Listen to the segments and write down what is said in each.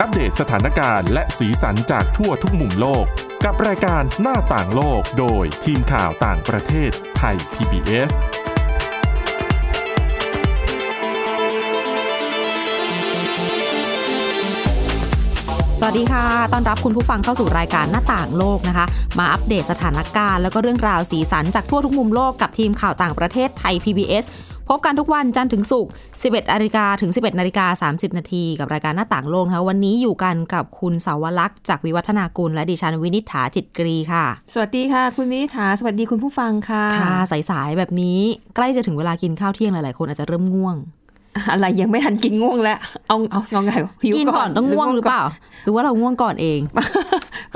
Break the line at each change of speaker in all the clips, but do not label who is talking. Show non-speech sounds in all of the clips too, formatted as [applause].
อัปเดตสถานการณ์และสีสันจากทั่วทุกมุมโลก กับรายการหน้าต่างโลกโดยทีมข่าวต่างประเทศไทย PBS
สวัสดีค่ะ ต้อนรับคุณผู้ฟังเข้าสู่รายการหน้าต่างโลกนะคะ มาอัปเดตสถานการณ์แล้วก็เรื่องราวสีสันจากทั่วทุกมุมโลกกับทีมข่าวต่างประเทศไทย PBS พบกันทุกวันจันทร์ถึงศุกร์ 11นาฬิกาถึง 11นาฬิกา30 นาทีกับรายการหน้าต่างโลกนะคะวันนี้อยู่กันกับคุณสาวรักษ์จากวิวัฒนากุลและดิฉันวินิษฐาจิตกรีค่ะ
สวัสดีค่ะ คุณวินิษฐาสวัสดีคุณผู้ฟังค่ะ
ค่ะ สายๆแบบนี้ใกล้จะถึงเวลากินข้าวเที่ยงหลายๆ คนอาจจะเริ่มง่วง
อะไรยังไม่ทันกินง่วงแล้ว เอาเอาเอาไงวะหิว
กินก่อนต้องง่วงหรือเปล่า หรือว่าเราง่วงก่อนเอง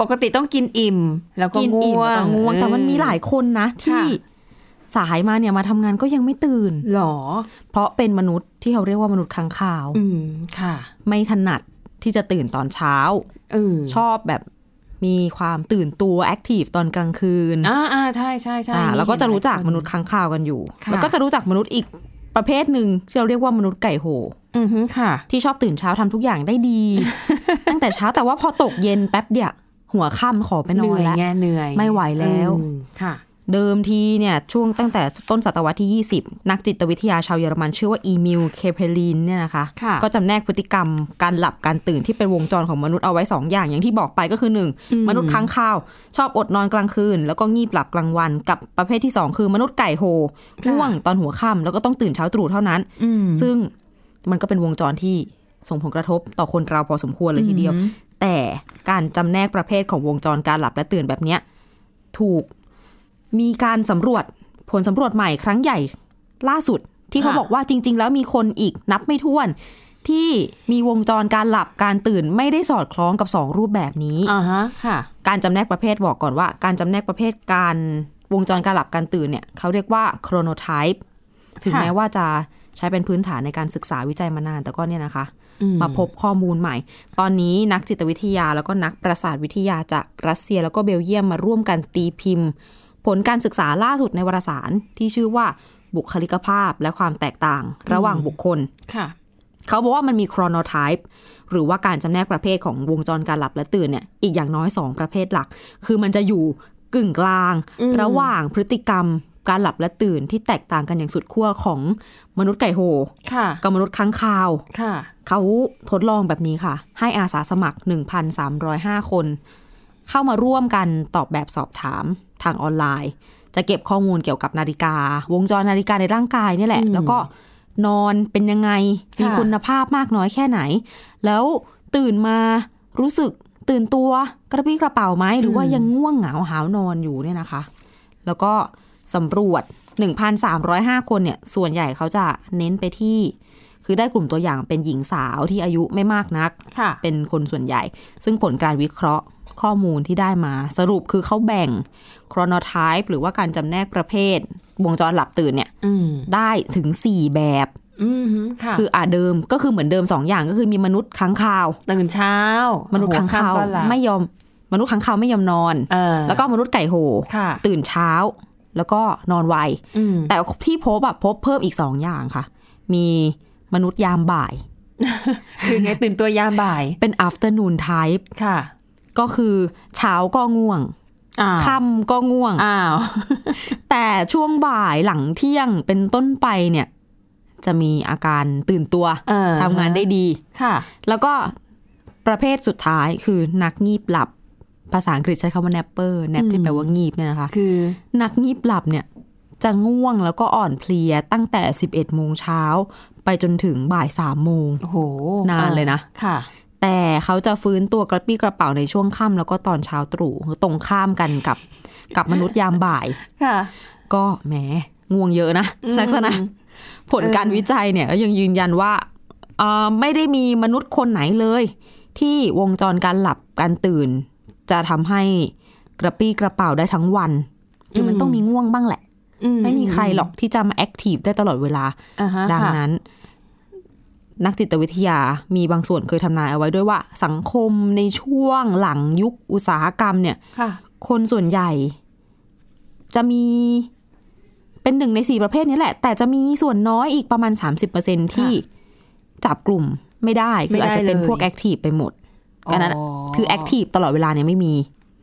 ปกติต้องกินอิ่ม แล้วก็
กิน
ง่
อิ่ม
ว
แล้ว
ง
ก็ง่วง แต่มันมีหลาย
เอ
คนนะ ที่
ค่ะ
สายมาเนี่ยมาทำงานก็ยังไม่ตื่น
อหรอ
เพราะเป็นมนุษย์ที่เขาเรียกว่ามนุษย์ค้างคาว
อืมค่ะ
ไม่ถนัดที่จะตื่นตอนเช้า
เออ
ชอบแบบมีความตื่นตัวแอคทีฟตอนกลางคืน
อ่าอ่าใช่ใช่ใช่
อ่า
นี่
แล้วก็จะรู้จัก
เห็หลาย
มนุษย์
ค
ค้างคาวกันอยู่
ค่ะ
แล้วก็จะรู้จักมนุษย์อีกประเภทหนึ่งที่เราเรียกว่ามนุษย์ไก่โห
อือฮึค่ะ
ที่ชอบตื่นเช้าทำทุกอย่างได้
[laughs]
ดี ตั้งแต่เช้าแต่ว่าพอตกเย็นแป๊บเดียวหัวค่ำขอไปน
เห
อ
นื่
น
อย
แล้ว
ไงเหนื่อย
ไม่ไหวแล้ว
อืมค่ะ
เดิมทีเนี่ยช่วงตั้งแต่ต้นศตวรรษที่ 20 นักจิตวิทยาชาวเยอรมันชื่อว่าอีมิลเคเพลินเนี่ยนะคะ
ค่ะ
ก็จำแนกพฤติกรรมการหลับการตื่นที่เป็นวงจรของมนุษย์เอาไว้ 2 อย่างอย่างที่บอกไปก็คือ 1 มนุษย์ค้างคาว ชอบอดนอนกลางคืน แล้วก็งีบหลับกลางวัน กับประเภทที่ 2 คือมนุษย์ไก่โหง่วงตอนหัวค่ำแล้วก็ต้องตื่นเช้าตรู่เท่านั้น
อืม
ซึ่งมันก็เป็นวงจรที่ส่งผลกระทบต่อคนเราพอสมควรเลยทีเดียว แต่การจำแนกประเภทของวงจรการหลับและตื่นแบบเนี้ยถูกมีการสำรวจผลสำรวจใหม่ครั้งใหญ่ล่าสุด ที่เขาบอกว่าจริง ๆ แล้วมีคนอีกนับไม่ถ้วน ที่มีวงจรการหลับการตื่นไม่ได้สอดคล้องกับสองรูปแบบนี้
อ่าฮะค่ะ
การจำแนกประเภทบอกก่อนว่า การจำแนกประเภทการวงจรการหลับการตื่นเนี่ยเขาเรียกว่า chronotype ถึง
ค่ะ
แม้ว่าจะใช้เป็นพื้นฐานในการศึกษาวิจัยมานานแต่ก็เนี่ยนะคะ
อื
มาพบข้อมูลใหม่ ตอนนี้นักจิตวิทยาแล้วก็นักประสาทวิทยาจากรัสเซียแล้วก็เบลเยียมมาร่วมกันตีพิมพ์ ผลการศึกษาล่าสุดในวารสารที่ชื่อว่าบุคลิกภาพและความแตกต่างระหว่างบุคคล
ค่ะ
เขาบอกว่ามันมี chronotype หรือว่าการจำแนกประเภทของวงจรการหลับและตื่นเนี่ยอีกอย่างน้อย 2 ประเภทหลัก คือมันจะอยู่กึ่งกลาง
อืม
ระหว่างพฤติกรรมการหลับและตื่นที่แตกต่างกันอย่างสุดขั้วของมนุษย์ไก่โห
ค่ะ
กับมนุษย์ค้างคาว
ค่ะ
เขาทดลองแบบนี้ค่ะ ให้อาสาสมัคร 1,305 คน เข้ามาร่วมกันตอบแบบสอบถามทางออนไลน์ จะเก็บข้อมูลเกี่ยวกับนาฬิกา วงจรนาฬิกาในร่างกายเนี่ยแหละ
อืม
แล้วก็นอนเป็นยังไง
ค่ะ
มีคุณภาพมากน้อยแค่ไหน แล้วตื่นมารู้สึกตื่นตัวกระปรี้กระเป๋าไหมหรือว่ายังง่วงเหงาหาวนอนอยู่เนี่ยนะคะ แล้วก็สำรวจ 1,305 คนเนี่ย ส่วนใหญ่เขาจะเน้นไปที่ คือได้กลุ่มตัวอย่างเป็นหญิงสาวที่อายุไม่มากนัก
ค่ะ
เป็นคนส่วนใหญ่ ซึ่งผลการวิเคราะห์ข้อมูลที่ได้มา สรุปคือเขาแบ่ง chronotype หรือว่าการจำแนกประเภท วงจรหลับตื่นเนี่ย
อืม
ได้ถึง 4 แบบ
อืมค่ะ
คืออาเดิมก็คือเหมือนเดิม 2 อย่างก็คือมีมนุษย์ค้างคาว
ตื่นเช้าม ม
นุษย์ค้างคาวไม่ยอม มนุษย์ค้างคาวไม่ยอมนอน
เออ
แล้วก็มนุษย์ไก่โห
ค่ะ
ตื่นเช้า แล้วก็นอนไว
อืม
แต่ที่พบแบบพบเพิ่มอีกสองอย่างค่ะ มีมนุษย์ยามบ่าย
คือไงตื่นตัวยามบ่าย
เป็น afternoon type
ค่ะ
ก็คือเช้าก็ง่วง
อ้าว
ค่ำก็ง่วง
อ้าว
แต่ช่วงบ่ายหลังเที่ยงเป็นต้นไปเนี่ย จะมีอาการตื่นตัว
เออ
ทำงานได้ดี
ค่ะ
แล้วก็ประเภทสุดท้ายคือนักงีบหลับ ภาษาอังกฤษใช้คำว่า napper nap ที่แปลว่างีบเนี่ยนะคะ
คือ
นักงีบหลับเนี่ย จะง่วงแล้วก็อ่อนเพลียตั้งแต่ 11โมงเช้า ไปจนถึงบ่าย3โมง
โอ้โห
นานเลยนะ
ค่ะ
แต่เขาจะฟื้นตัวกระปี้กระเป๋าในช่วงค่ำแล้วก็ตอนเช้าตรู่ตรงข้ามกันกับ กับมนุษย์ยามบ่าย
ค่ะ
ก็แหมง่วงเยอะนะ
อืม
ลักษณะผลการวิจัยเนี่ยก็ยังยืนยันว่าเอ่อไม่ได้มีมนุษย์คนไหนเลย ที่วงจรการหลับการตื่น จะทำให้กระปี้กระเป๋าได้ทั้งวันคือมัน
อืม
ต้องมีง่วงบ้างแหละ
อื
ไม่มีใครหรอกที่จะมาแอคทีฟได้ตลอดเวลา
อ่าฮะ
ดัง
ค่ะ
นั้น นักจิตวิทยามีบางส่วนเคยทำนายเอาไว้ด้วยว่า สังคมในช่วงหลังยุคอุตสาหกรรมเนี่ย
ค่ะ
คนส่วนใหญ่ จะมีเป็นหนึ่งในสี่ประเภทนี้แหละ แต่จะมีส่วนน้อยอีกประมาณ 30%ที่จับกลุ่มไม่ได้ คืออาจจะเป็น
ไม่ได้เลย
พวกแอคทีฟไปหมด อันนั้นอะ
อ๋อ
คือแอคทีฟตลอดเวลาเนี่ยไม่มี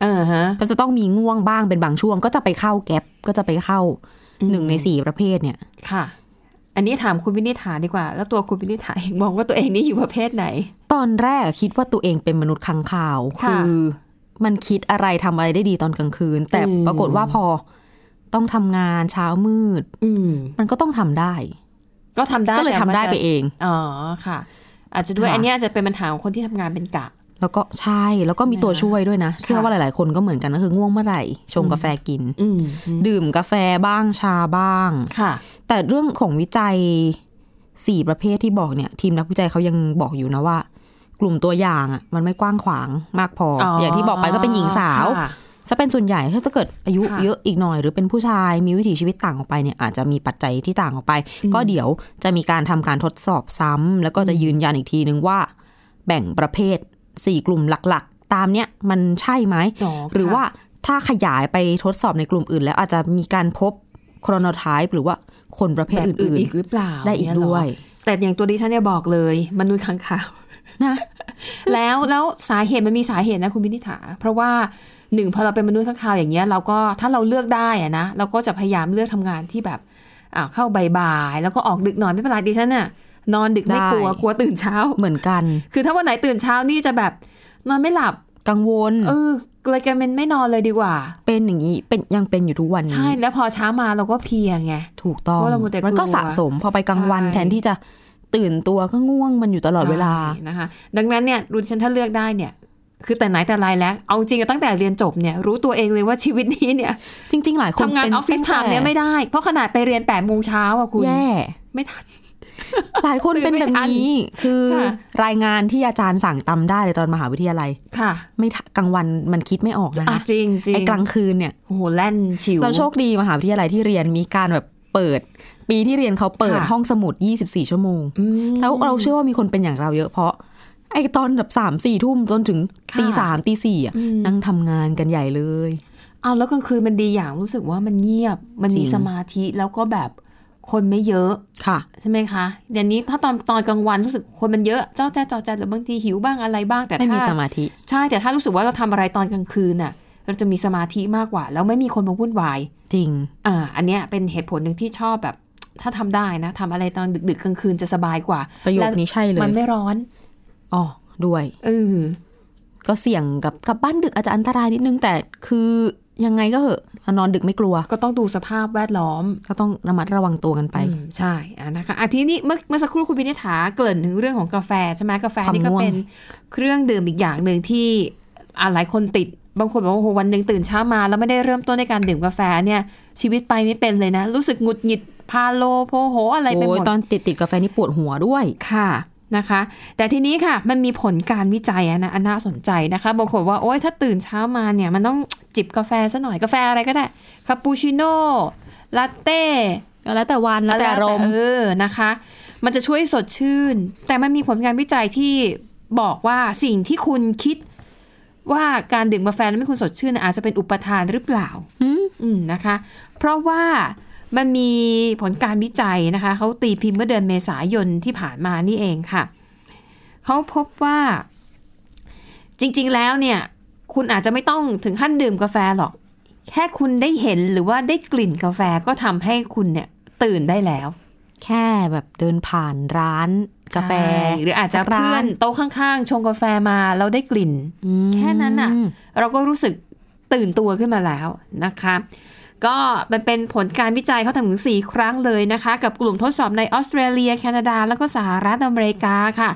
เออฮะ
ก็จะต้องมีง่วงบ้างเป็นบางช่วง ก็จะไปเข้าแก๊ปก็จะไปเข้าหนึ่งในสี่ประเภทเนี่ย
ค่ะ อันนี้ถามคุณวินิษฐาดีกว่า แล้วตัวคุณวินิษฐาเองมองว่าตัวเองนี่อยู่ประเภทไหน
ตอนแรกคิดว่าตัวเองเป็นมนุษย์ค้างคาว
ค่ะ
อมันคิดอะไรทำอะไรได้ดีตอนกลางคืน แต่
อืม
ปรากฏว่าพอต้องทำงานเช้ามืด
อืม
มันก็ต้องทำได้
ก็ทำได้
ก็เลย
แต่
ทำ
มัน
ได้
จะ
ไปเอง
อ๋อค่ะ อาจจะด้วย
ค่ะ
อันเนี้ยอาจจะเป็นปัญหาของคนที่ทำงานเป็นกะ
แล้วก็ใช่แล้วก็มีตัวช่วยด้วยนะ เชื่อว่าหลาย ๆ คนก็เหมือนกันก็คือง่วงเมื่อไหร่ ชงกาแฟกิน
อืมอืม
ดื่มกาแฟบ้างชาบ้าง
ค่ะ
แต่เรื่องของวิจัยสี่ประเภทที่บอกเนี่ย ทีมนักวิจัยเขายังบอกอยู่นะว่า กลุ่มตัวอย่างอะมันไม่กว้างขวางมากพอออย่างที่บอกไปก็เป็นหญิงสาว
ค่ะ
จะเป็นส่วนใหญ่ถ้าจะเกิดอายุ
ค่ะ
เยอะอีกหน่อยหรือเป็นผู้ชายมีวิถีชีวิตต่างออกไปเนี่ยอาจจะมีปัจจัยที่ต่างออกไป ก็เดี๋ยวจะมีการทำการทดสอบซ้ำแล้วก็จะยืนยันอีกทีนึงว่า แบ่งประเภท 4 กลุ่มหลักๆ ตามเนี้ยมันใช่ไหม
ค่ะ
หรือว่าถ้าขยายไปทดสอบในกลุ่มอื่น แล้วอาจจะมีการพบโครโนไทป์หรือว่าคนประเภท
แบบ
อื่น
อีกหรือเปล่า
ๆ ได้อีก
เงี้เหร
ด้วย
แต่อย่างตัวดิฉันเนี่ยบอกเลย มนุษย์ขังข่าว
นะ
แล้วแล้วสาเหตุมันมีสาเหตุนะคุณพินิษฐา เพราะว่าหนึ่งพอเราเป็นมนุษย์ข้างคาวอย่างเงี้ยเราก็ถ้าเราเลือกได้อะนะเราก็จะพยายามเลือกทำงานที่แบบอ่าเข้าบ่ายๆแล้วก็ออกดึกหน่อยไม่เป็นไรดิฉันน่ะนอนดึกไม่
ได้
กลัวกลัวตื่นเช้า
เหมือนกัน
คือถ้าวันไหนตื่นเช้านี่จะแบบนอนไม่หลับ
กังวล
เออเลยกลายเป็นไม่นอนเลยดีกว่า
เป็นอย่างนี้เป็นยังเป็นอยู่ทุกวันนี้
ใช่แล้วพอเช้ามาเราก็เพลียไง
ถูกต้อง
เพราะเรามัวแต่กลัว
มันก็สะสมพอไปกลางวัน
ใช่
แทนที่จะตื่นตัวก็ง่วงมันอยู่ตลอดเวลา
ใช่นะคะ ดังนั้นเนี่ยรุ่นฉันถ้าเลือกได้เนี่ย คือแต่ไหนแต่ไรแล้ว เอาจริงๆตั้งแต่เรียนจบเนี่ยรู้ตัวเองเลยว่าชีวิตนี้เนี่ย
จริง ๆ หลายคน
ทำงานอ
เป็
อฟฟิศไทม์เนี่ยไม่ได้ เพราะขนาดไปเรียน8ปดโมงเช้าอะคุณ
แย่
ไม่ทัน
หลายคนเป็นแบบ
ไม่ทัน
นี้ คือ
ค่ะ
รายงานที่อาจารย์สั่งตำได้เลยตอนมหาวิทยาลัย
ค่ะ
ไม่ทันกลางวันมันคิดไม่ออกนะ
อ่ะ
คะ
จริงจริง
ไอ้กลางคืนเนี่ย
โอ้โหแล่นชิว
เราโชคดีมหาวิทยาลัยที่เรียนมีการแบบเปิด ปีที่เรียนเขาเปิด
ค่ะ
ห้องสมุด 24 ชั่วโมง
อืม
แล้วเราเชื่อว่ามีคนเป็นอย่างเราเยอะเพราะ ไอ้ตอนแบบสามสี่ทุ่มจนถึง
ค่ะ
ตีสามตีสี่อะ
อืม
นั่งทำงานกันใหญ่เลย
เอาแล้วกลางคืนมันดีอย่างรู้สึกว่ามันเงียบ มัน
จริ
มี
ง
สมาธิแล้วก็แบบคนไม่เยอะ
ค่ะ
ใช่ไหมคะเดี๋ยวนี้ถ้าตอนตอนกลางวันรู้สึกคนมันเยอะเจ้าแจ้จอแจ้หรือบางทีหิวบ้างอะไรบ้างแต่
ไม่มี
ถ้า
สมาธิ
ใช่แต่ถ้ารู้สึกว่าเราทำอะไรตอนกลางคืนน่ะ เราจะมีสมาธิมากกว่า แล้วไม่มีคนมาวุ่นวาย
จริง
อ่าอันเนี้ยเป็นเหตุผลหนึ่งที่ชอบแบบ ถ้าทำได้นะทำอะไรตอนดึก ๆ กลางคืนจะสบายกว่า
ประโยคนี้ใช่เล
มั
ย
นไม่ร้อน
อ๋อด้วย
เออ
ก็เสี่ยงกับกลับบ้านดึกอาจจะอันตรายนิดนึงแต่คือยังไงก็เหอะนอนดึกไม่กลัว
ก็ต้องดูสภาพแวดล้อม
ก็ต้องระมัดระวังตัวกันไป
อืมใช่อ่ะนะคะอ่ะทีนี้เมื่อเมื่อสักครู่คุณพินิษฐาเกริ่นถึงเรื่องของกาแฟใช่ไหมกาแฟนี่ก็
ความง่วง
เป็นเครื่องดื่มอีกอย่างหนึ่งที่อ่ะหลายคนติดบางคนบอกว่าโอ้โหวันหนึ่งตื่นเช้ามา แล้วไม่ได้เริ่มต้นในการดื่มกาแฟเนี่ย ชีวิตไปไม่เป็นเลยนะ รู้สึกหงุดหงิดพาโลโพโหอะไรไปห
โอ้ย
มด
ตอนติดติดกาแฟนี่ปวดหัวด้วย
ค่ะนะคะ แต่ทีนี้ค่ะมันมีผลการวิจัยอะนะอันน่าสนใจนะคะบางคนว่าโอ๊ยถ้าตื่นเช้ามาเนี่ยมันต้องจิบกาแฟซะหน่อยกาแฟอะไรก็ได้คาปูชิโน่ลาเต้
แล้วแต่วันแล้วแต่อารมณ์
เออนะคะ มันจะช่วยสดชื่น แต่มันมีผลงานวิจัยที่บอกว่าสิ่งที่คุณคิดว่าการดื่มกาแฟแล้วไม่คุณสดชื่น อาจจะเป็นอุปทานหรือเปล่า
หืม
อืมนะคะ เพราะว่ามันมีผลการวิจัยนะคะเขาตีพิมพ์เมื่อเดือนเมษายนที่ผ่านมานี่เองค่ะ เขาพบว่าจริงๆแล้วเนี่ย คุณอาจจะไม่ต้องถึงขั้นดื่มกาแฟหรอก แค่คุณได้เห็นหรือว่าได้กลิ่นกาแฟก็ทำให้คุณเนี่ยตื่นได้แล้ว
แค่แบบเดินผ่านร้านกาแฟ
ใช่หรืออาจจะ
สักร้าน
เพื่อนโต๊ะข้างๆ ชงกาแฟมาแล้วได้กลิ่น
อืม
แค่นั้นน่ะ เราก็รู้สึกตื่นตัวขึ้นมาแล้วนะคะ ก็มันเป็นผลการวิจัยเขาทำถึง 4 ครั้งเลยนะคะ กับกลุ่มทดสอบในออสเตรเลีย แคนาดา แล้วก็สหรัฐอเมริกาค่ะ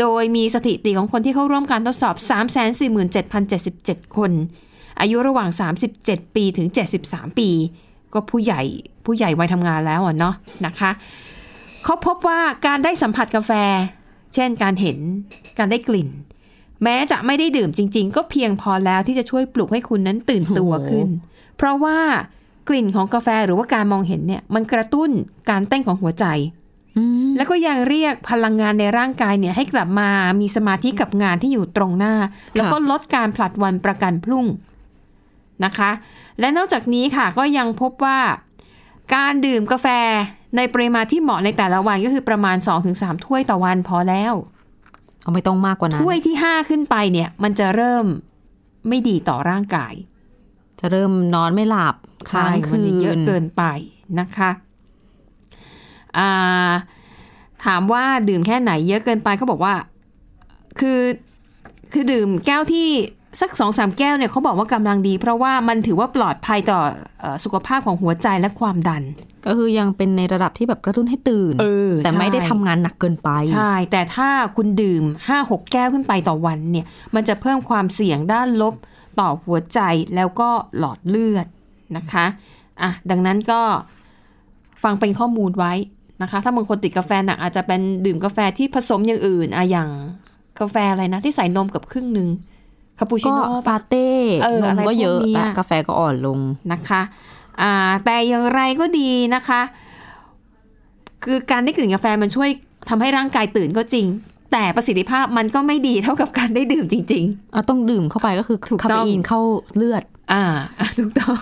โดยมีสถิติของคนที่เข้าร่วมการทดสอบ 347,077 คน อายุระหว่าง 37 ปีถึง 73 ปี ก็ผู้ใหญ่ผู้ใหญ่วัยทำงานแล้วอ่ะเนาะนะคะ เขาพบว่าการได้สัมผัสกาแฟ เช่นการเห็นการได้กลิ่น แม้จะไม่ได้ดื่มจริง ๆ ก็เพียงพอแล้วที่จะช่วยปลุกให้คุณนั้นตื่นตัวขึ้น เพราะว่ากลิ่นของกาแฟหรือว่าการมองเห็นเนี่ยมันกระตุ้นการเต้นของหัวใจ
อืม
แล้วก็ยังเรียกพลังงานในร่างกายเนี่ยให้กลับมามีสมาธิกับงานที่อยู่ตรงหน้า แล้วก็ลดการผลัดวันประกันพรุ่งนะคะ และนอกจากนี้ค่ะก็ยังพบว่าการดื่มกาแฟในปริมาณที่เหมาะในแต่ละวันก็คือประมาณ 2-3 ถ้วยต่อวันพอแล้ว
เอาไม่ต้องมากกว่านั้น
ถ้วยที่ห้าขึ้นไปเนี่ย มันจะเริ่มไม่ดีต่อร่างกาย
จะเริ่มนอนไม่หลับค้าง
มั
คื
จะ
น
เยอะเกินไปนะคะอ่าถามว่าดื่มแค่ไหนเยอะเกินไปเขาบอกว่า คือคือดื่มแก้วที่สักสองสามแก้วเนี่ยเขาบอกว่ากำลังดี เพราะว่ามันถือว่าปลอดภัยต่อเอ่อสุขภาพของหัวใจและความดัน
ก็คือยังเป็นในระดับที่แบบกระตุ้นให้ตื่น
เออ
แต่ไม่
ใช่
ได้ทำงานหนักเกินไป
ใช่ แต่ถ้าคุณดื่ม 5-6 แก้วขึ้นไปต่อวันเนี่ย มันจะเพิ่มความเสี่ยงด้านลบต่อหัวใจแล้วก็หลอดเลือดนะคะอ่ะดังนั้นก็ฟังเป็นข้อมูลไว้นะคะ ถ้าบางคนติดกาแฟหนักอาจจะเป็นดื่มกาแฟที่ผสมอย่างอื่นอะอย่างกาแฟอะไรนะ ที่ใส่นมกับครึ่งหนึ่งคาปูชิ
ก็
โน่ปะ
ปาเต้
เออ
ม
นอะไร
ก็เยอะ
พวกเนี้ย
แต่กาแฟก็อ่อนลง
นะคะอ่าแต่อย่างไรก็ดีนะคะ คือการได้กลิ่นกาแฟมันช่วยทำให้ร่างกายตื่นก็จริง แต่ประสิทธิภาพมันก็ไม่ดีเท่ากับการได้ดื่มจริง
อ่ะต้องดื่มเข้าไปก็คือ
ถูกต้
คา
อง
เฟอีนเข้าเลือด
ๆ อ่า [laughs] ถูกต้อง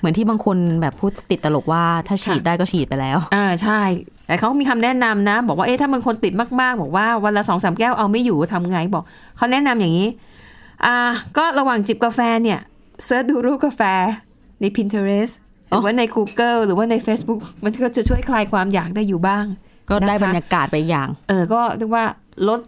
เหมือนที่บางคนแบบพูดติดตลกว่าถ้าฉีด
ค่ะ
ได้ก็ฉีดไปแล้ว
อ่าใช่ แต่เขามีคำแนะนำนะ บอกว่าเอ๊ะถ้าบางคนติดมากๆ บอกว่าวันละสองสามแก้วเอาไม่อยู่ทำไงบอกเขาแนะนำอย่างนี้ อ่า ก็ระหว่างจิบกาแฟเนี่ยเซิร์ชดูรูปกาแฟใน Pinterest หรือว่าใน Google หรือว่าใน Facebook มันก็จะช่วยคลายความอยากได้อยู่บ้าง
ก็ได้
นะคะ
บรรยากาศไปอย่าง
เออก็เรียกว่าลด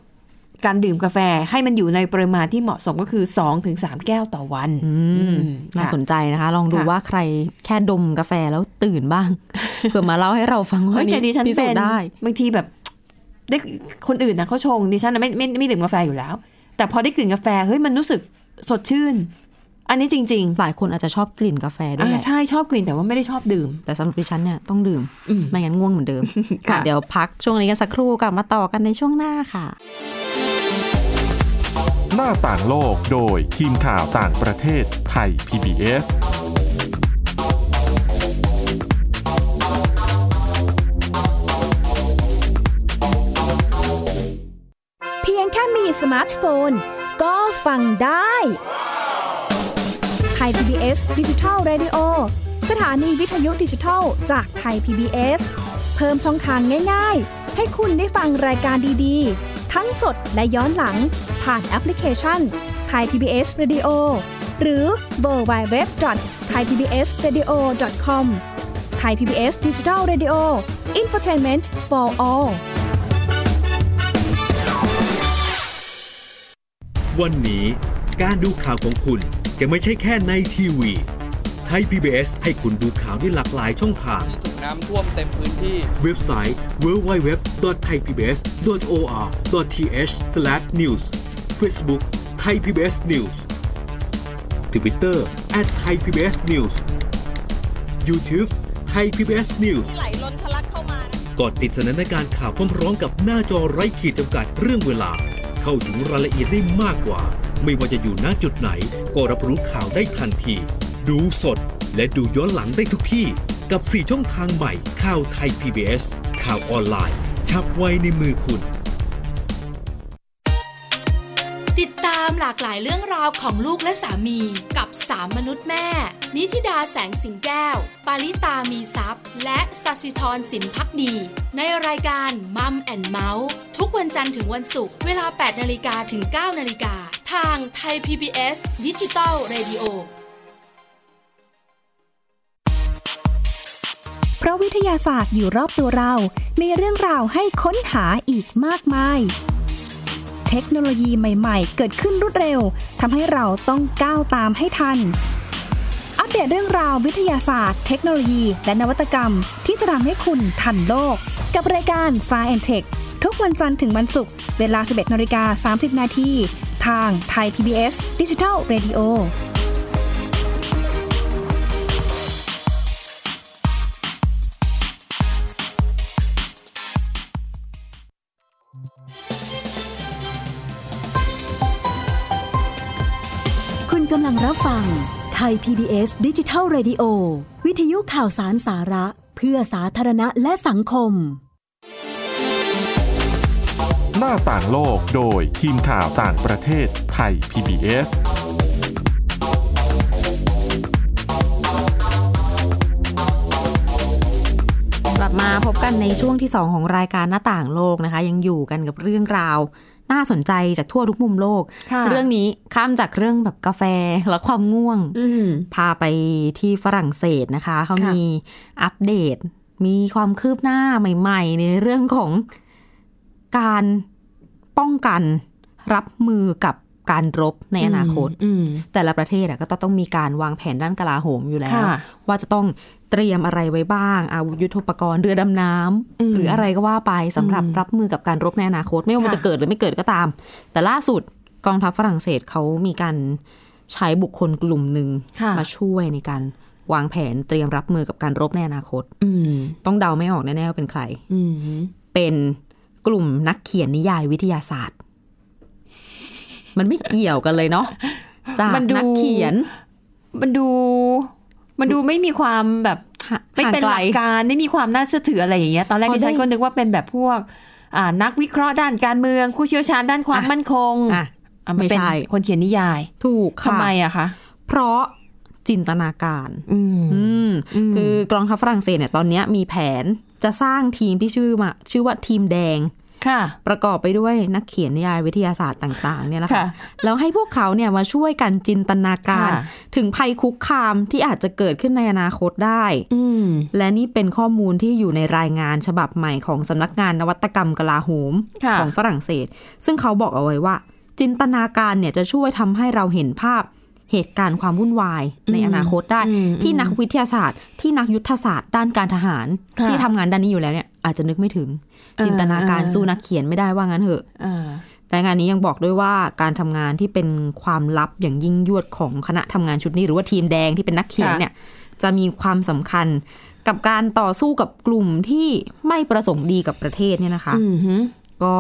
การดื่มกาแฟให้มันอยู่ในปริมาณที่เหมาะสมก็คือ2ถึง3แก้วต่อวันอืม
น่า
ค่ะ
สนใจนะคะ ลองดู
ค่ะ
ว่าใครแค่ดมกาแฟแล้วตื่นบ้าง [laughs] เผื่อมาเล่าให้เราฟัง
เฮ้
ว่าย
แต่ดิฉัน
พิสู
เป็
จ
น
น์ได้
บางทีแบบ ได้คนอื่นนะเขาชงดิฉันนะไม่ไม่ไม่ดื่มกาแฟอยู่แล้ว แต่พอได้กลิ่นกาแฟเฮ้ยมันรู้สึกสดชื่น อันนี้จริง
หลายคนอาจจะชอบกลิ่นกาแฟ
ๆ
ด้วย
อ่า
แหละ
ใช่ชอบกลิ่นแต่ว่าไม่ได้ชอบดื่ม
แต่สำหรับดิฉันเนี่ยต้องดื่ม
อืม
ไม่งั้นง่วงเหมือนเดิมค่ะ
ค่ะ
เดี๋ยวพักช่วงนี้กันสักครู่กลับมาต่อกันในช่วงหน้าค่ะ
หน้าต่างโลกโดยทีมข่าวต่างประเทศไทย PBS
เพียงแค่มีสมาร์ทโฟน ก็ฟังได้ไทย PBS ดิจิทัล Radio สถานีวิทยุดิจิทัลจากไทย PBS เพิ่มช่องทางง่าย ๆ ให้คุณได้ฟังรายการดีๆ ทั้งสดและย้อนหลัง ผ่านแอปพลิเคชันไทย PBS Radio หรือเวอร์ไบเว็บไทยพีบีเอสเรดิโอคอมไทยพีบีเอสดิจิทัลเรดิโออินฟอร์ทนเมนต์ for all
วันนี้การดูข่าวของคุณจะไม่ใช่แค่ในทีวีไทย PBS ให้คุณดูข่าวได้หลากหลายช่องทาง
ถูกน้ำท่วมเต็มพื้นที่
เว็บไซต์ www.thaipbs.or.th/news Facebook Thai PBS News Twitter @thaipbsnews YouTube Thai PBS News
ไหลล้นทะลักเข้ามานะ
กดติดสนันในการข่าวพร้อมร้องกับหน้าจอไร้ขีดจำกัดเรื่องเวลา เข้าถึงรายละเอียดได้มากกว่า ไม่ว่าจะอยู่ณจุดไหน ก็รับรู้ข่าวได้ทันที ดูสดและดูย้อนหลังได้ทุกที่ กับ 4 ช่องทางใหม่ข่าวไทย PBS ข่าวออนไลน์ ชับไว้ในมือคุณ
ติดตามหลากหลายเรื่องราวของลูกและสามีกับสามมนุษย์แม่ นิธิดาแสงสิงแก้ว ปาริตามีซัพ์และสัสิธรสินพักดี ในรายการมัมแอนเมาส์ทุกวันจันทร์ถึงวันศุกร์เวลา 8นาฬิกาถึง 9นาฬิกาทางไทย PBS ดิจิตอล Radio
เพราะวิทยาศาสตร์อยู่รอบตัวเรา มีเรื่องราวให้ค้นหาอีกมากมาย เทคโนโลยีใหม่ ๆ เกิดขึ้นรวดเร็ว ทำให้เราต้องก้าวตามให้ทัน อัปเดตเรื่องราววิทยาศาสตร์ เทคโนโลยี และนวัตกรรม ที่จะทำให้คุณทันโลก กับรายการ s ซ e n t e c h ทุกวันจันทร์ถึงวันศุกร์ เวลา 11นาฬิกา30 นาทีทางไทย PBS d i g i ดิจิ Radio
คุณกำลังรับฟังไทย PBS ดิจิทัล Radio วิทยุข่าวสารสาระ เพื่อสาธารณะและสังคม
หน้าต่างโลกโดยทีมข่าวต่างประเทศไทย PBS
กลับมาพบกันในช่วงที่ 2 ของรายการหน้าต่างโลกนะคะ ยังอยู่กันกับเรื่องราว น่าสนใจจากทั่วทุกมุมโลก
ค่ะ
เรื่องนี้ข้ามจากเรื่องแบบกาแฟและความง่วง
อืม
พาไปที่ฝรั่งเศสนะคะ เขา
ค่ะ
มีอัปเดต มีความคืบหน้าใหม่ ๆ ในเรื่องของการป้องกันรับมือกับการรบในอนาคต
อืม
แต่ละประเทศอะก็ต้องมีการวางแผนด้านกลาโหมอยู่แล้ว
ค่ะ
ว่าจะต้องเตรียมอะไรไว้บ้าง อาวุธยุทโธปกรณ์เรือดำน้ำ
อืม
หรืออะไรก็ว่าไปสำหรับ
อืม
รับมือกับการรบในอนาคต ไม่ว่ามัน
ค่ะ
จะเกิดหรือไม่เกิดก็ตาม แต่ล่าสุดกองทัพฝรั่งเศสเขามีการใช้บุคคลกลุ่มหนึ่ง
ค่ะ
มาช่วยในการวางแผนเตรียมรับมือกับการรบในอนาคต
อืม
ต้องเดาไม่ออกแน่ๆว่าเป็นใคร
อืม
เป็นกลุ่มนักเขียนนิยายวิทยาศาสตร์ มันไม่เกี่ยวกันเลยเนาะจาก
มันดู
นักเขียน
มันดู มันดูไม่มีความแบบ
ห่า
ไม่
ห่าง
เป็น
ไก
ห
ล
ลักการไม่มีความน่าเชื่อถืออะไรอย่างเงี้ยตอนแรก
อ๋อ
ดิฉัน
ได้
ก็นึกว่าเป็นแบบพวกอ่านักวิเคราะห์ด้านการเมือง ผู้เชี่ยวชาญด้านความ
อ่ะ
มั่นคง
อ่ะ
อ่ะนเป็น
ไม่ใช่
คนเขียนนิยาย
ถูกค่ะ
ทำไมอะคะ
เพราะจินตนาการ
อืม
อืม
อืม
คือกองทัพฝรั่งเศสเนี่ยตอนเนี้ยมีแผนจะสร้างทีมที่ชื่อมาชื่อว่าทีมแดง
ค่ะ
ประกอบไปด้วยนักเขียนนิยายวิทยาศาสตร์ต่างๆเนี่ยแหละ
ค่ะ
ค่ะแล้วให้พวกเขาเนี่ยมาช่วยกันจินตนาการ
ค่ะ
ถึงภัยคุกคามที่อาจจะเกิดขึ้นในอนาคตได้
อืม
และนี่เป็นข้อมูลที่อยู่ในรายงานฉบับใหม่ของสำนักงานนวัตกรรมกลาโหม
ค่ะ
ของฝรั่งเศส ซึ่งเขาบอกเอาไว้ว่า จินตนาการเนี่ยจะช่วยทำให้เราเห็นภาพเหตุการณ์ความวุ่นวายในอนาคตได้
อืม
ที่นักวิทยาศาสตร์ ที่นักยุทธศาสตร์ด้านการทหาร
ค่ะ
ที่ทำงานด้านนี้อยู่แล้วเนี่ยอาจจะนึกไม่ถึง
เออ
จินตนาการ
เออ
สู้นักเขียนไม่ได้ว่างั้นเถอะ
อ่า
แต่งานนี้ยังบอกด้วยว่าการทำงานที่เป็นความลับอย่างยิ่งยวดของคณะทำงานชุดนี้ หรือว่าทีมแดงที่เป็นนักเขียนเนี่ยจะมีความสำคัญกับการต่อสู้กับกลุ่มที่ไม่ประสงค์ดีกับประเทศเนี่ยนะคะ
อืมฮึ
ก็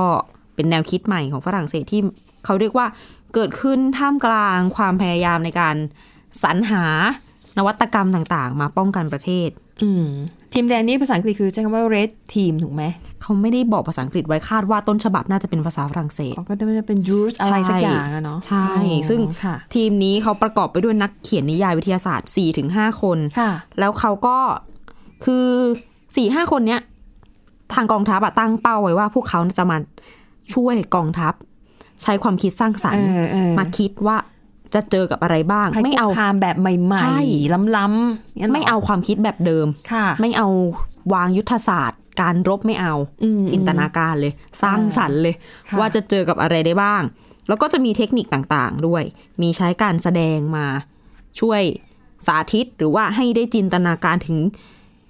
เป็นแนวคิดใหม่ของฝรั่งเศสที่เขาเรียกว่าเกิดขึ้นท่ามกลางความพยายามในการสรรหานวัตกรรมต่างๆ มาป้องกันประเทศ
อืมทีมแดงนี่ภาษาอังกฤษคือใช้คำว่า red team ถูกไหม
เขาไม่ได้บอกภาษาอังกฤษไว้คาดว่าต้นฉบับน่าจะเป็นภาษาฝรั่งเศส
เขาก็จะเป็น juice อะไรสักอย่างอะเนาะ
ใช่
อ๋อ
ซึ่ง
ค่ะ
ทีมนี้เขาประกอบไปด้วยนักเขียนนิยายวิทยาศาสตร์ 4-5 คน
ค่ะ
แล้วเขาก็คือ4ี่ห้าคนเนี้ย ทางกองทัพอะตั้งเป้าไว้ว่าพวกเขาจะมาช่วยกองทัพ ใช้ความคิดสร้างสรรค์
เออเออ
มาคิดว่าจะเจอกับอะไรบ้าง
ภัย
ไม่เอา
คุกคามแบบใหม่
ใช่
ๆล้ำๆงั้นหร
ไม่เอาความคิดแบบเดิม
ค่ะ
ไม่เอาวางยุทธศาสตร์ การรบไม่เอา
อืม
จินตนาการเลย สร้างสรรค์เลย
ค่ะ
ว่าจะเจอกับอะไรได้บ้าง แล้วก็จะมีเทคนิคต่างๆด้วย มีใช้การแสดงมาช่วยสาธิตหรือว่าให้ได้จินตนาการถึง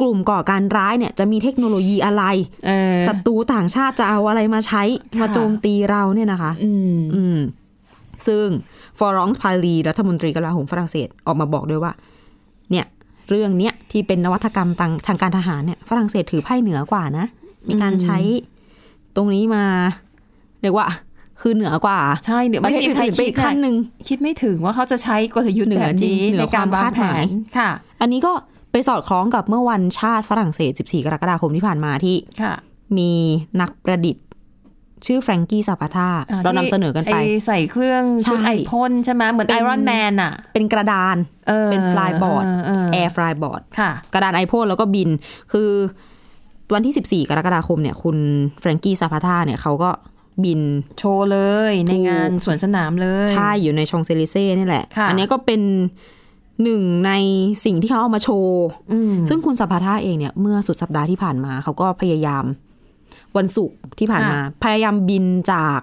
กลุ่มก่อการร้ายเนี่ยจะมีเทคโนโลยีอะไร
เออ
ศัตรูต่างชาติจะเอาอะไรมาใช้มา
ค่ะ
โจมตีเราเนี่ยนะคะ
อืม
อืมซึ่งฟอรองส์พารีรัฐมนตรีกลาโหมฝรั่งเศสออกมาบอกด้วยว่า เนี่ย เรื่องเนี้ยที่เป็นนวัตกรรมทางทางการทหารเนี่ยฝรั่งเศสถือไพ่เหนือกว่านะ มีการใช้ตรงนี้มา เรียกว่า คือเหนือกว่า
ใช่เดี๋ยว
ประ
ไม่
เทศ
มี
อื่นๆ
ใคร
ไป
คิด
อีกขั้นหนึ่ง
คิดไม่ถึงว่าเขาจะใช้กลยุทธ์
เหนื
แบ
อบจริง
นี้
เหนือ
ในการ
ความ
วาง
คาด
แผ
หมาย
นค่ะ
อันนี้ก็ไปสอดคล้องกับเมื่อวันชาติฝรั่งเศส 14 กรกฎาคมที่ผ่านมาที่
ค่ะ
มีนักประดิษฐ์ ชื่อแฟรงกี้ซาปาธา
อ่
เรานำเสนอกันไป
อ้ใส่เครื่องชุด
ใช่
ไอพ่นใช่ไหมเหมือน
เป็
ไอน รอนแมนอ่ะ
เป็นกระดาน
ออ
เป็น flyboard
เเ
แอร์ฟลายบอร์ด
ค่ะ
กระดานไอพ่นแล้วก็บิน คือวันที่ 14 กรกฎาคมเนี่ย คุณแฟรงกี้ซาพาธาเนี่ยเขาก็บิน
โชว์เลยในงานสวนสนามเลย
ใช่อยู่ในชองเซลิเซ่นี่แหละ
ค่ะ
อัเนี้ยก็เป็นหนึ่งในสิ่งที่เขาเอามาโชว์
อืม
ซึ่งคุณซาพาธาเองเนี่ย เมื่อสุดสัปดาห์ที่ผ่านมาเขาก็พยายาม วันศุกร์ที่ผ่านมา พยายามบินจาก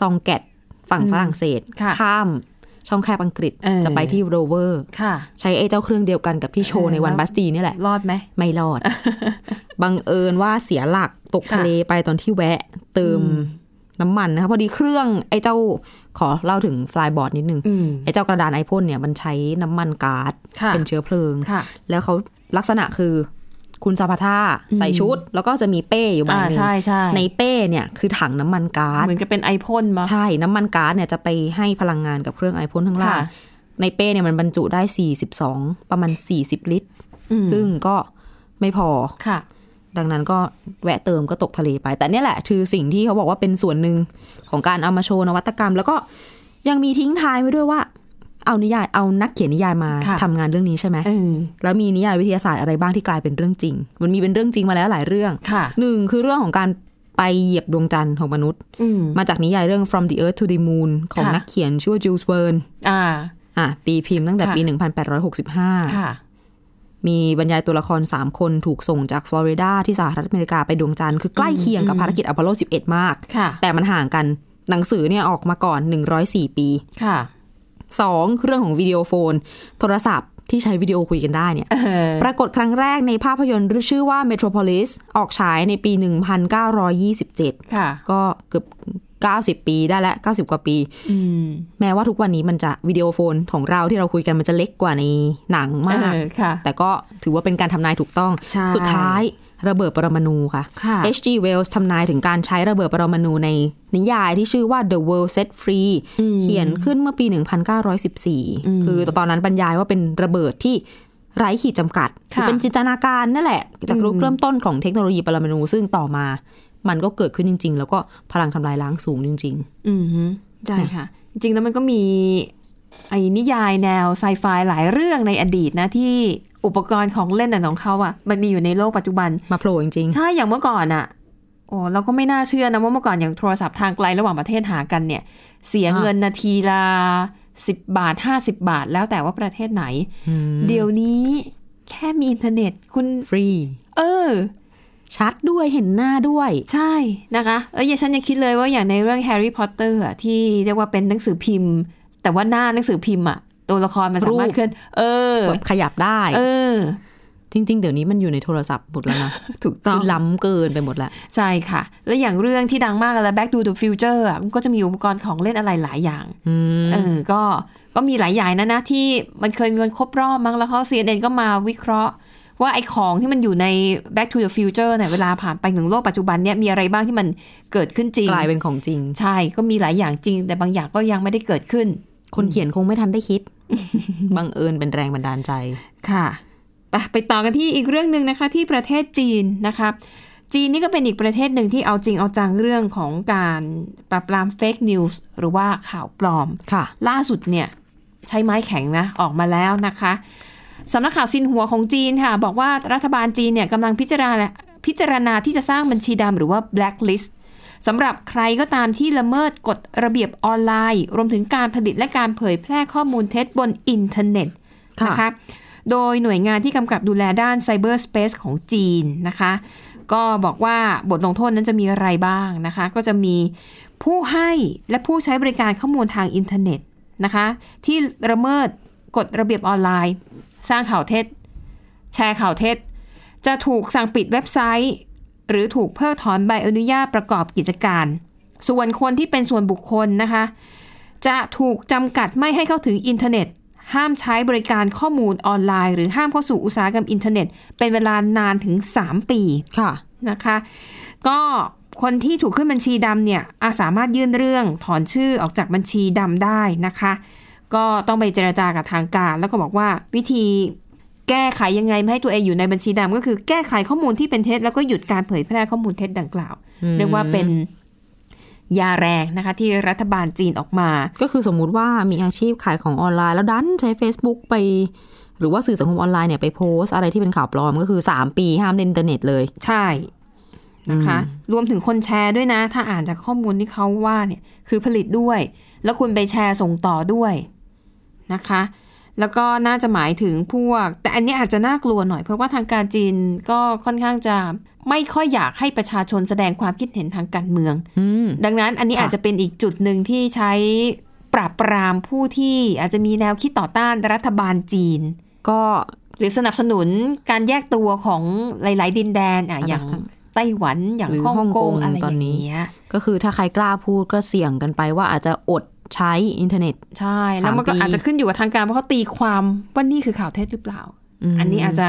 ซองแกตฝั่งฝรั่งเศส
ค่ะ
ข้ามช่องแคบอังกฤษ
เออ
จะไปที่โรเวอร์
ค่ะ
ใช้ไอ้เจ้าเครื่องเดียวกันกับที่โชว์ในวัน
เออ
บัสตีนี่แหละ
รอดไหม
ไม่รอ
[laughs]
ด บังเอิญว่าเสียหลักตก
ค่ะ
ทะเลไปตอนที่แวะเติมน้ำมันนะคะพอดีเครื่องไอ้เจ้าขอเล่าถึงฟลายบอร์ดนิดนึง
อืม
ไอ้เจ้ากระดานไอพ่นเนี่ยมันใช้น้ำมันก๊าซ
ค่ะ
เป็นเชื้อเพลิง
ค่ะ
แล้วเขาลักษณะคือคุณซาพาธาใส่ชุด แล้วก็จะมีเป้อยู่ใบห
อ่า
นึง
ใช่ใช่
ในเป้เนี่ยคือถังน้ำมันก๊าซ
เหมือนกับเป็นไอพ่นมา
ใช่น้ำมันก๊าซเนี่ยจะไปให้พลังงานกับเครื่องไอพ่นข้างล่าง
ค่ะ
ในเป้เนี่ยมันบรรจุได้ 42 ประมาณ 40 ลิตร ซึ่งก็ไม่พอ
ค่ะ
ดังนั้นก็แวะเติมก็ตกทะเลไป แต่เนี่ยแหละคือสิ่งที่เขาบอกว่าเป็นส่วนหนึ่งของการเอามาโชว์นวัตกรรม แล้วก็ยังมีทิ้งท้ายไว้ด้วยว่า เอานิยายเอานักเขียนนิยายมา
ค่ะ
ทำงานเรื่องนี้ใช่ไหม
เออ
แล้วมีนิยายวิทยาศาสตร์อะไรบ้างที่กลายเป็นเรื่องจริง มันมีเป็นเรื่องจริงมาแล้วหลายเรื่อง
ค่ะ
หนึ่งคือเรื่องของการ ไปเหยียบดวงจันทร์ของมนุษย์
อืม
มาจากนิยายเรื่อง From the Earth to the Moon ของนักเขียนชื่อว่าจูสเวิร์น
อ่า
อ่ะตีพิมพ์ตั้งแต่
ค่ะ
ปี
ค่ะ
1865 มีบรรยายตัวละคร 3 คนถูกส่งจากฟลอริดาที่สหรัฐอเมริกาไปดวงจันทร์คือใกล้เคียงกับภารกิจอพอลโล 11 มาก
ค่ะ
แต่มันห่างกันหนังสือเนี่ยออกมาก่อน 104 ปี
ค่ะ
2. เรื่องของวิดีโอโฟน โทรศัพท์ที่ใช้วิดีโอคุยกันได้เนี่ย
เออ
ปรากฏครั้งแรกในภาพยนตร์ชื่อว่า Metropolis ออกฉายในปี 1927
ค่ะ
ก็เกือบ 90 ปีได้แล้ว 90 กว่าปี
อืม
แม้ว่าทุกวันนี้มันจะวิดีโอโฟนของเราที่เราคุยกันมันจะเล็กกว่าในหนังมาก
เออค่ะ
แต่ก็ถือว่าเป็นการทำนายถูกต้อง
ใช่
สุดท้ายระเบิดปรมาณูค่ะ
ค่ะ
H.G. Wells ทำนายถึงการใช้ระเบิดปรมาณูในนิยายที่ชื่อว่า The World Set Free เขียนขึ้นเมื่อปี 1914 คือตอนนั้นบรรยายว่าเป็นระเบิดที่ไร้ขีดจำกัด
ค่ะ
เป็นจินตนาการนั่นแหละ จากรูปเริ่มต้นของเทคโนโลยีปรมาณูซึ่งต่อมา มันก็เกิดขึ้นจริง ๆ แล้วก็พลังทำลายล้างสูงจริง
อืมฮึใช่ค่ะ จริงๆแล้วมันก็มีไอ้นิยายแนวไซไฟหลายเรื่องในอดีตนะ ที่อุปกรณ์ของเล่นน่ะของเขาอ่ะมันมีอยู่ในโลกปัจจุบัน
ๆ มาโผล่จริง
ใช่อย่างเมื่อก่อนอ่ะโอ้เราก็ไม่น่าเชื่อนะว่าเมื่อก่อนอย่างโทรศัพท์ทางไกลระหว่างประเทศหากันเนี่ย เสีย
อ่ะ
เงินนาทีละสิบบาทห้าสิบบาท แล้วแต่ว่าประเทศไหน
ๆอืม
เดี๋ยวนี้แค่มีอินเทอร์เน็ตคุณ
ฟรี
เออ
ชัดด้วยเห็นหน้าด้วย
ใช่นะคะ แล้วยังฉันยังคิดเลยว่าอย่างในเรื่องแฮร์รี่พอตเตอร์ที่เรียกว่าเป็นหนังสือพิมพ์ แต่ว่าหน้าหนังสือพิมพ์อะตัวละครมันสามารถ
รูป
เคลื่อนเออ
แบบขยับได้
เออ
จริง ๆ เดี๋ยวนี้มันอยู่ในโทรศัพท์หมดแล้วนะ
ถูกต้อ
คื
ง
อล้ำเกินไปหมดละ
ใช่ค่ะ แล้วอย่างเรื่องที่ดังมากแล้ว Back to the Future อะมันก็จะมีอุปกรณ์ของเล่นอะไรหลายอย่าง
อืม
เออ ก็ ก็มีหลายอย่างนะนะที่มันเคยมีวันครบรอบมั้งแล้วเขา CNN ก็มาวิเคราะห์ ว่าไอ้ของที่มันอยู่ใน Back to the Future เนี่ยเวลาผ่านไปถึงโลกปัจจุบันเนี่ยมีอะไรบ้างที่มันเกิดขึ้นจริง
กลายเป็นของจริง
ใช่ ก็มีหลายอย่างจริง แต่บางอย่างก็ยังไม่ได้เกิดขึ้น
คนเขียนคงไม่ทันได้ [laughs] คิด บังเอิญเป็นแรงบันดาลใจ
ค่ะไปไปต่อกันที่อีกเรื่องหนึ่งนะคะที่ประเทศจีนนะคะจีนนี่ก็เป็นอีกประเทศหนึ่งที่เอาจริงเอาจังเรื่องของการปราบปรามเฟกนิวส์หรือว่าข่าวปลอม
ค่ะ
ล่าสุดเนี่ยใช้ไม้แข็งนะออกมาแล้วนะคะสำนักข่าวซินหัวของจีนค่ะ บอกว่ารัฐบาลจีนเนี่ยกำลังพิจารณาพิจารณาที่จะสร้างบัญชีดำหรือว่า blacklist สำหรับใครก็ตามที่ละเมิดกฎระเบียบออนไลน์ รวมถึงการผลิตและการเผยแพร่ข้อมูลเท็จบนอินเทอร์เน็ต
ค่ะ
นะคะโดยหน่วยงานที่กำกับดูแลด้านไซเบอร์สเปซของจีนนะคะ ก็บอกว่าบทลงโทษนั้นจะมีอะไรบ้างนะคะ ก็จะมีผู้ให้และผู้ใช้บริการข้อมูลทางอินเทอร์เน็ตนะคะที่ละเมิดกฎระเบียบออนไลน์ สร้างข่าวเท็จ แชร์ข่าวเท็จ จะถูกสั่งปิดเว็บไซต์ หรือถูกเพิกถอนใบอนุญาตประกอบกิจการ ส่วนคนที่เป็นส่วนบุคคลนะคะ จะถูกจำกัดไม่ให้เข้าถึงอินเทอร์เน็ต ห้ามใช้บริการข้อมูลออนไลน์ หรือห้ามเข้าสู่อุตสาหกรรมอินเทอร์เน็ต เป็นเวลานานถึง 3 ปี
ค่ะ
นะคะก็คนที่ถูกขึ้นบัญชีดำเนี่ยอาสามารถยื่นเรื่องถอนชื่อออกจากบัญชีดำได้นะคะ ก็ต้องไปเจราจากับทางการ แล้วก็บอกว่าวิธีแก้ไขยังไงไม่ให้ตัวเองอยู่ในบัญชีดำก็คือแก้ไขข้อมูลที่เป็นเท็จแล้วก็หยุดการเผยแพร่ข้อมูลเท็จดังกล่าว เรียกว่าเป็นยาแรงนะคะที่รัฐบาลจีนออกมา
ก็คือสมมุติว่ามีอาชีพขายของออนไลน์ แล้วดันใช้ Facebook ไป หรือว่าสื่อสังคมออนไลน์เนี่ยไปโพสต์อะไรที่เป็นข่าวปลอมก็คือ 3 ปีห้ามเล่นอินเทอร์เน็ตเลย
ใช่นะคะ รวมถึงคนแชร์ด้วยนะ ถ้าอ่านจากข้อมูลที่เขาว่าเนี่ยคือผลิตด้วย แล้วคุณไปแชร์ส่งต่อด้วยนะคะ แล้วก็น่าจะหมายถึงพวก แต่อันนี้อาจจะน่ากลัวหน่อย เพราะว่าทางการจีนก็ค่อนข้างจะไม่ค่อยอยากให้ประชาชนแสดงความคิดเห็นทางการเมือง
อืม
ดังนั้นอันนี้
ค่ะ
อาจจะเป็นอีกจุดหนึ่งที่ใช้ปราบปรามผู้ที่อาจจะมีแนวคิดต่อต้านรัฐบาลจีน
ก็
หรือสนับสนุนการแยกตัวของหลาย ๆ ดินแดนอ่ะอย่างไต้หวันอย่าง
หรือ
ฮ่อง
ฮ่อง
ก
ก
ง
ง
อะไรอ
ตอน
ย่าง
นี้
เงี้ย
ก็คือถ้าใครกล้าพูดก็เสี่ยงกันไปว่าอาจจะอดใช้อินเทอร์เน็ต
ใช่ แล้วมันก็
สามปี
อาจจะขึ้นอยู่กับทางการว่าเขาตีความว่านี่คือข่าวเท็จหรือเปล่า อันนี้อาจจะ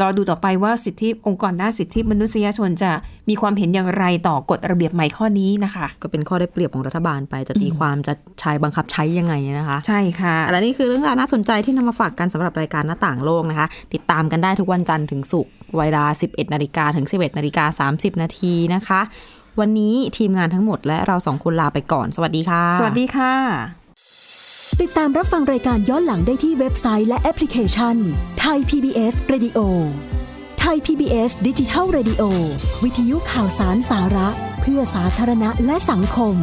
รอดูต่อไปว่าสิทธิองค์กรด้านสิทธิมนุษยชนจะมีความเห็นอย่างไรต่อกฎระเบียบใหม่ข้อนี้นะคะ
ก็เป็นข้อได้เปรียบของรัฐบาลไปจะตีความจะใช้บังคับใช้ยังไงเนี่ยนะคะ
ใช่ค่ะ
อ่ะและนี่คือเรื่องราวน่าสนใจที่นำมาฝากกันสำหรับรายการหน้าต่างโลกนะคะ ติดตามกันได้ทุกวันจันทร์ถึงศุกร์เวลา 11 นาฬิกาถึง 11 นาฬิกา 30 นาทีนะคะ วันนี้ทีมงานทั้งหมดและเราสองคนลาไปก่อน สวัสดีค่ะ
สวัสดีค่ะ
ติดตามรับฟังรายการย้อนหลังได้ที่เว็บไซต์และแอปพลิเคชันไทย PBS Radio ไทย PBS ดิจิทัล Radio วิทยุข่าวสารสาระ เ เพื่อสาธารณะและสังคม